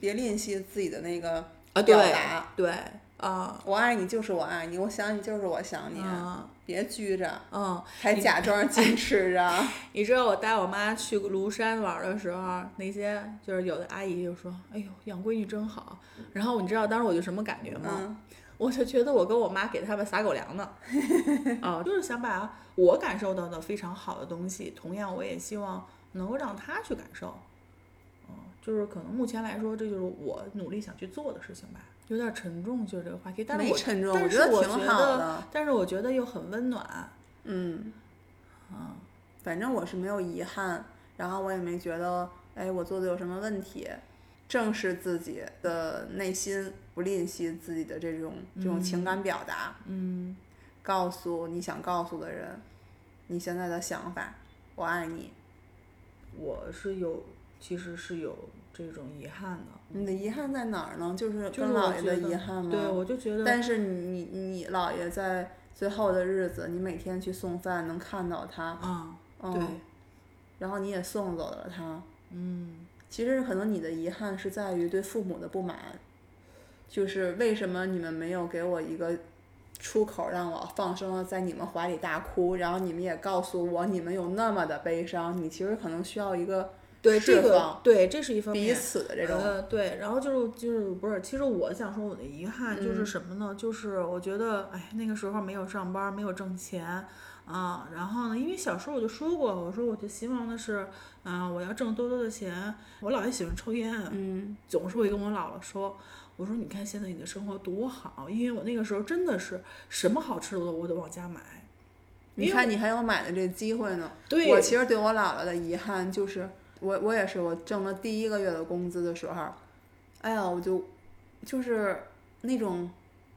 别吝惜自己的那个啊，表对达。对啊，我爱你就是我爱你，我想你就是我想你，嗯别拘着，嗯，还假装矜 持着。你知道我带我妈去庐山玩的时候，啊那些就是有的阿姨就说：“哎呦，养闺女真好。”然后你知道当时我就什么感觉吗？嗯我就觉得我跟我妈给他们撒狗粮呢， 啊，就是想把我感受到的非常好的东西，同样我也希望能够让她去感受，嗯，就是可能目前来说，这就是我努力想去做的事情吧。有点沉重，就是这个话题，但是没我沉重，但觉是得我挺好的。但是我觉得又很温暖。嗯，嗯，反正我是没有遗憾，然后我也没觉得，哎，我做的有什么问题。正视自己的内心，不吝惜自己的这种这种情感表达，嗯，告诉你想告诉的人，你现在的想法，我爱你。我是有，其实是有这种遗憾的。你的遗憾在哪儿呢？就是就是跟我姥爷觉的得遗憾吗？对，我就觉得，但是你你你姥爷在最后的日子，你每天去送饭能看到他，啊、嗯，对，然后你也送走了他。嗯，其实可能你的遗憾是在于对父母的不满，就是为什么你们没有给我一个出口让我放声地在你们怀里大哭，然后你们也告诉我你们有那么的悲伤。你其实可能需要一个对，释这个放对，这是一方彼面。此的这种，呃，对，然后就是就是不是，其实我想说我的遗憾嗯就是什么呢？就是我觉得，哎，那个时候没有上班，没有挣钱啊。然后呢，因为小时候我就说过，我说我就希望的是，啊，我要挣多多的钱。我姥爷喜欢抽烟，嗯总是会跟我姥姥说，我说你看现在你的生活多好，因为我那个时候真的是什么好吃的我都往家买。你因为看你还有买的这机会呢。对，我其实对我姥姥的遗憾就是，我我也是，我挣了第一个月的工资的时候，哎呀，我就就是那种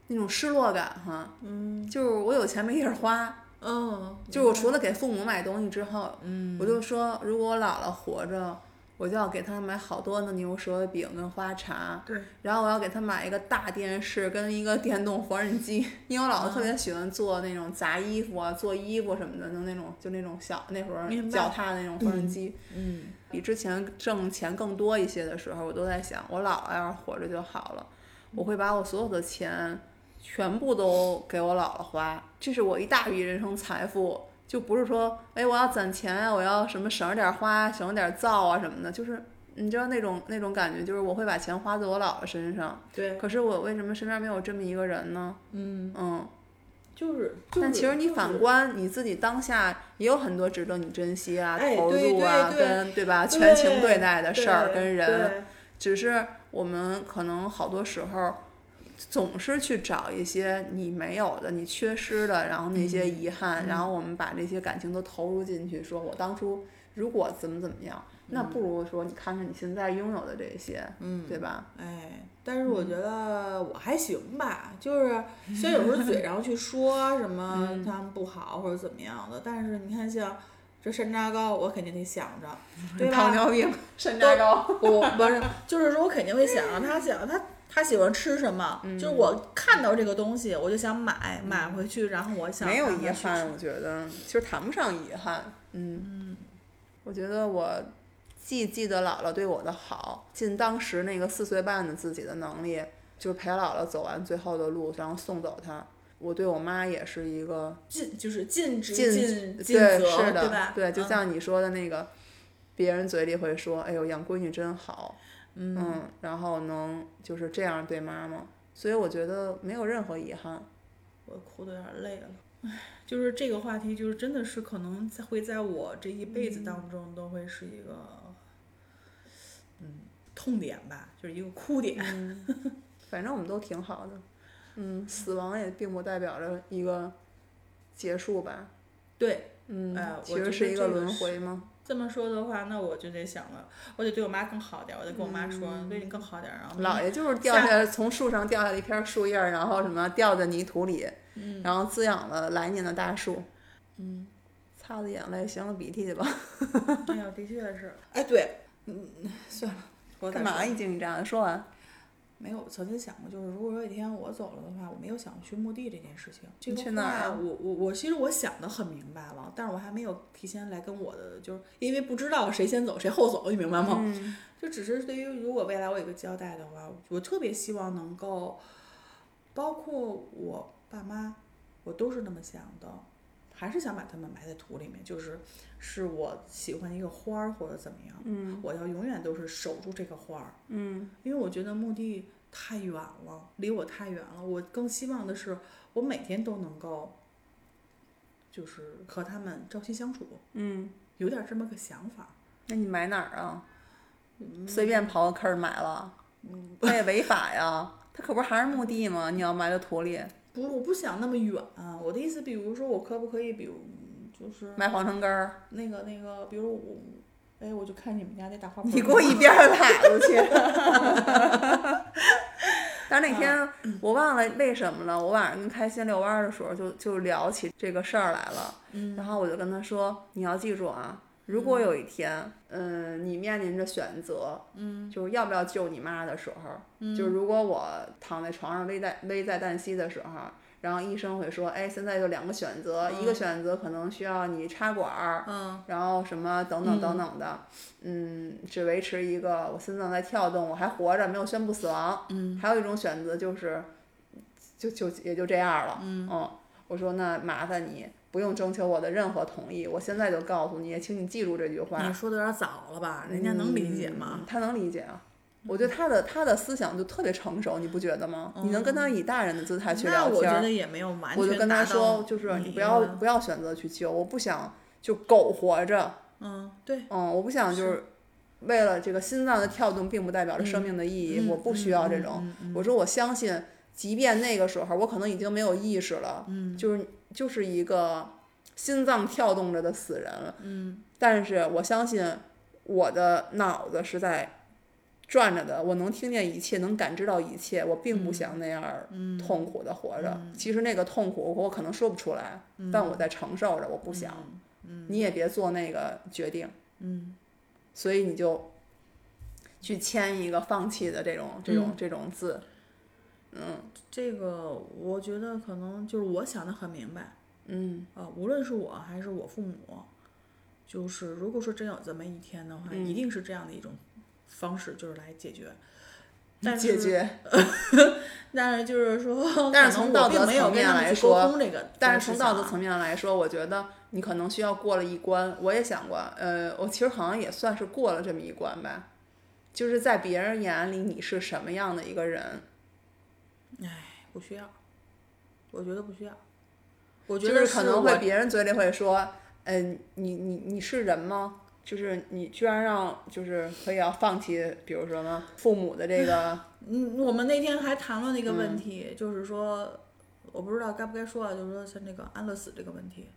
那种失落感哈，嗯就是我有钱没地儿花，嗯，就是我除了给父母买东西之后，嗯，我就说如果我姥姥活着。我就要给她买好多的牛舌饼跟花茶，对，然后我要给她买一个大电视跟一个电动缝纫机，因为我姥姥特嗯别喜欢做那种砸衣服啊、做衣服什么的，就那种就那种小那会儿明白脚踏的那种缝纫机。嗯比之前挣钱更多一些的时候，我都在想，我姥姥要是活着就好了，我会把我所有的钱全部都给我姥姥花，这是我一大笔人生财富。就不是说，哎，我要攒钱啊，我要什么省着点花，省着点造啊什么的，就是你知道那种那种感觉，就是我会把钱花在我姥姥身上。对，啊可是我为什么身边没有这么一个人呢？嗯，嗯，就是，就是、但其实你就是反观你自己当下，也有很多值得你珍惜啊、哎投对入啊，对对跟对吧？对全情对待的事儿对跟人，对只是我们可能好多时候总是去找一些你没有的、你缺失的，然后那些嗯遗憾，然后我们把这些感情都投入进去，说我当初如果怎么怎么样，那不如说你看看你现在拥有的这些，嗯，对吧？哎，但是嗯我觉得我还行吧，就是虽然有时候 嘴上去说什么嗯他们不好或者怎么样的，但是你看像这山楂糕，我肯定得想着，嗯对糖吧？尿病、山楂糕，我不是，就是说我肯定会想着他想他。他喜欢吃什么？嗯就是我看到这个东西，我就想买，买回去，然后我想没有让他遗去吃憾，我觉得其实谈不上遗憾。嗯我觉得我既记得姥姥对我的好，尽当时那个四岁半的自己的能力，就是陪姥姥走完最后的路，然后送走她。我对我妈也是一个尽就是尽职尽尽对尽责，是的吧？对，就嗯像你说的那个，别人嘴里会说：“哎呦，养闺女真好。”嗯然后能就是这样对妈妈，所以我觉得没有任何遗憾。我哭的有点累了。唉，就是这个话题，就是真的是可能在会在我这一辈子嗯当中都会是一个，嗯，痛点吧，就是一个哭点。反正我们都挺好的。嗯，死亡也并不代表着一个结束吧。对，嗯，哎我其觉实得是这一个轮是回嘛。这么说的话，那我就得想了，我得对我妈更好点，我得跟我妈说，嗯对你更好点，啊然后姥爷就是掉下来从树上掉下来一片树叶儿，然后什么掉在泥土里，然后滋养了来年的大树。嗯，擦擦眼泪，擤了鼻涕去吧。哎呀，的确是，哎，对，嗯，算了，我再干嘛说一惊一乍的？说完，没有曾经想过，就是如果说有一天我走了的话，我没有想过去墓地这件事情。这你个去哪儿啊话我我我其实我想的很明白了，但是我还没有提前来跟我的，就是因为不知道谁先走谁后走，你明白吗？嗯就只是对于如果未来我有一个交代的话，我特别希望能够，包括我爸妈，我都是那么想的，还是想把他们埋在土里面，就是是我喜欢一个花儿或者怎么样，嗯我要永远都是守住这个花儿。嗯因为我觉得墓地太远了，离我太远了。我更希望的是，我每天都能够，就是和他们朝夕相处，嗯，有点这么个想法。那你埋哪儿啊？嗯随便刨个坑儿买了，那也违法呀。他可不是还是墓地吗？你要埋到土里，不是，我不想那么远、啊我的意思，比如说，我可不可以，比如嗯就是埋皇城根儿，那个那个，比如我，哎，我就看你们家那大花盆儿。你给我一边儿拉出去。 但是那天我忘了为什么了，我晚上跟开心遛弯儿的时候就就聊起这个事儿来了。嗯，然后我就跟他说：“你要记住啊，如果有一天，嗯、你面临着选择，嗯，就是要不要救你妈的时候，嗯，就是如果我躺在床上危在危在旦夕的时候。”然后医生会说：“哎，现在有两个选择，一嗯个选择可能需要你插管儿，嗯，然后什么等等等等的，嗯，只维持一个我心脏在跳动，我还活着，没有宣布死亡，嗯还有一种选择就是，就就也就这样了。嗯我说那麻烦你不用征求我的任何同意，我现在就告诉你，请你记住这句话。你说的有点早了吧？人家能理解吗？嗯嗯？他能理解啊。我觉得他的他的思想就特别成熟，你不觉得吗？你能跟他以大人的姿态去哦那聊我天觉儿，得也没有完我就全跟达他到说，就是你你不要的不要选择去救，我不想就苟活着，嗯，对，嗯，我不想就是为了这个心脏的跳动，并不代表着生命的意义，嗯我不需要这种。嗯嗯我说我相信，即便那个时候我可能已经没有意识了，嗯就是就是一个心脏跳动着的死人了，嗯但是我相信我的脑子是在转着的，我能听见一切，能感知到一切，我并不想那样儿嗯痛苦的活着。其实那个痛苦我可能说不出来，嗯但我在承受着，我不想。你也别做那个决定，嗯所以你就去签一个放弃的这种这种、这种字。嗯，这个我觉得可能就是我想的很明白。嗯呃，无论是我还是我父母，就是如果说真有这么一天的话，一定是这样的一种方式，就是来解决。但是解决，但是就是说，但是可能从我道并德没有层跟面他们来去沟说通这个，但是从道德面，层面来说，我觉得你可能需要过了一关。我也想过，呃，我其实好像也算是过了这么一关吧，就是在别人眼里你是什么样的一个人，哎，不需要，我觉得不需要。我觉就得是可是能我会别人嘴里会说，嗯、你你你是人吗？就是你居然让就是可以要放弃，比如说呢，父母的这个嗯，我们那天还谈论了一嗯个问题，就是说，我不知道该不该说啊，就是说像这个安乐死这个问题，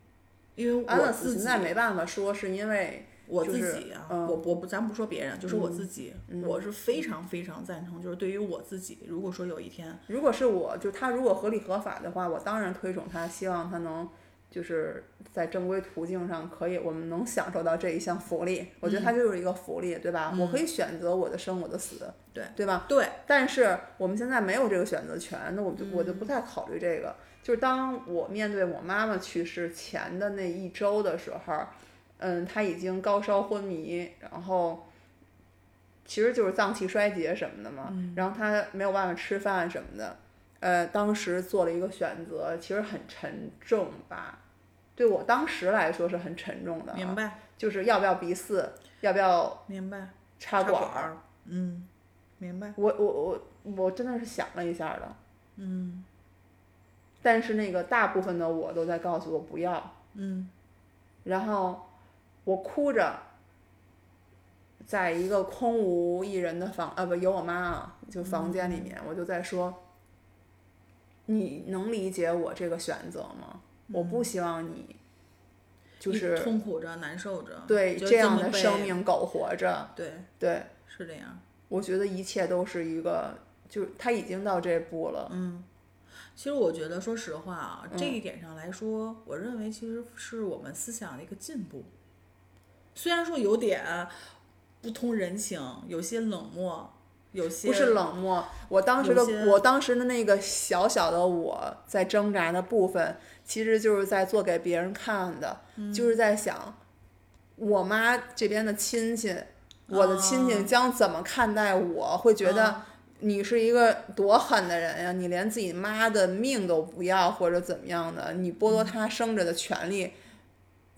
因为安我乐自死现己，在没办法说，是因为我就自是己啊，嗯我我不，咱不说别人，就是我自己，我是非常非常赞成，就是对于我自己，如果说有一天，如果是我，就他如果合理合法的话，我当然推崇他，希望他能就是在正规途径上可以，我们能享受到这一项福利。我觉得它就是一个福利，对吧？我可以选择我的生，我的死，对对吧？对，但是我们现在没有这个选择权，那我就我嗯就不太考虑这个。就是当我面对我妈妈去世前的那一周的时候，嗯，她已经高烧昏迷，然后其实就是脏器衰竭什么的嘛，嗯然后她没有办法吃饭什么的。呃，当时做了一个选择，其实很沉重吧，对我当时来说是很沉重的，明白就是要不要鼻饲，要不要明白，插管管儿，儿，嗯，明白，我我我我真的是想了一下的，嗯但是那个大部分的我都在告诉我不要，嗯然后我哭着，在一个空无一人的房啊不有我妈啊就房间嗯里面，我就在说，你能理解我这个选择吗？我不希望你就嗯一是痛苦着、难受着，对就这样么的被生，命苟活着，对，对是这样。我觉得一切都是一个，就是他已经到这步了，其实我觉得，说实话啊，这嗯一点上来说，我认为其实是我们思想的一个进步。虽然说有点不通人情，有些冷漠，有些不是冷漠，我当时的有些我当时的那个小小的我在挣扎的部分，其实就是在做给别人看的，嗯就是在想我妈这边的亲戚，我的亲戚将怎么看待我，会觉得你是一个多狠的人呀，你连自己妈的命都不要或者怎么样的，你剥夺她生着的权利。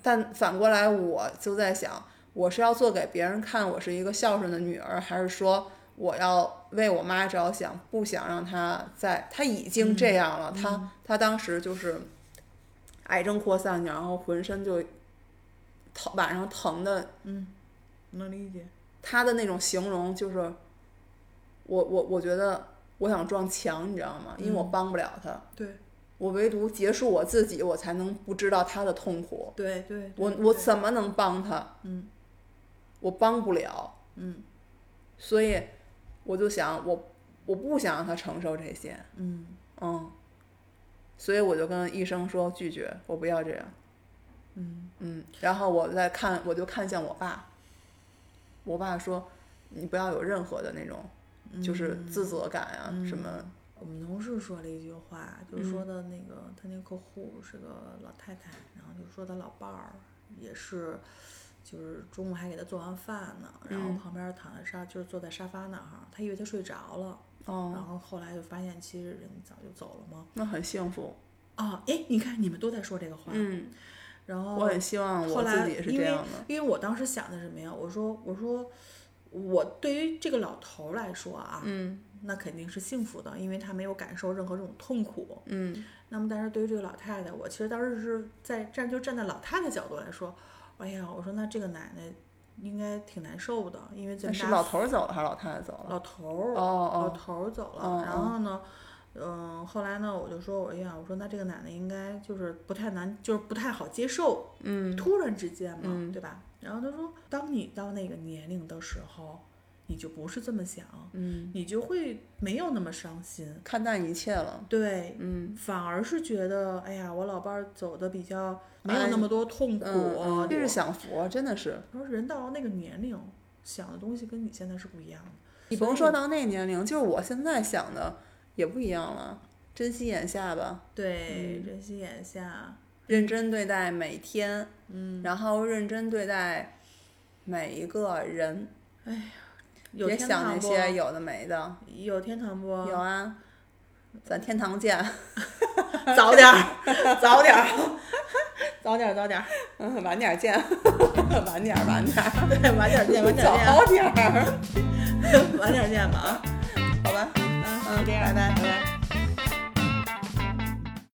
但反过来，我就在想，我是要做给别人看我是一个孝顺的女儿，还是说我要为我妈着想，不想让她在她已经这样了，她她当时就是癌症扩散，然后浑身就疼，晚上疼的嗯能理解。他的那种形容就是，我我我觉得我想撞墙，你知道吗？因为嗯我帮不了他，对我唯独结束我自己，我才能不知道他的痛苦。对对，我对我对怎么能帮他？嗯我帮不了，嗯所以我就想，我我不想让他承受这些，嗯，嗯，所以我就跟医生说拒绝，我不要这样，嗯然后我再看，我就看向我爸，我爸说你不要有任何的那种，嗯就是自责感啊、什么，我们同事说了一句话，就是嗯说的那个、他那个客户是个老太太，然后就说他老伴儿也是，就是中午还给他做完饭呢，然嗯后旁边躺在沙就是坐在沙发那儿哈，他以为他睡着了，哦，然后后来就发现其实人早就走了嘛。那很幸福，啊，哎，你看你们都在说这个话，嗯，然后我很希望后我来自己也是因这为样的，因为我当时想的是什么呀？我说我说我对于这个老头儿来说啊，嗯那肯定是幸福的，因为他没有感受任何这种痛苦。嗯那么，但是对于这个老太太，我其实当时是在站就站在老太太角度来说，哎呀，我说那这个奶奶应该挺难受的，因为这那么是大老头儿走了还是老太太走了？老头儿、哦老哦，头儿走了，哦然后呢，嗯、后来呢，我就说，我哎呀，我说那这个奶奶应该就是不太难，就是不太好接受，嗯突然之间嘛，嗯对吧？然后他说，当你到那个年龄的时候，你就不是这么想，嗯，你就会没有那么伤心，看淡一切了，嗯对，嗯反而是觉得，哎呀，我老伴儿走的比较没有哎那么多痛苦，啊嗯，这对是享福，真的是。他说人到了那个年龄，想的东西跟你现在是不一样的。你所甭以说到那年龄，就是我现在想的也不一样了。珍惜眼下吧，对，珍惜眼下，认真对待每天，嗯，然后认真对待每一个人，有别天想堂那不？啊嗯些有的没的。有 天堂不？有啊，咱天堂见。 早点儿，早点儿，早点儿，早点儿， 嗯，晚点儿见， 晚点儿，晚点儿，对，晚点儿见，晚点儿早点儿， 见，晚点儿见吧啊。好吧，嗯，嗯，这样，拜拜，拜拜。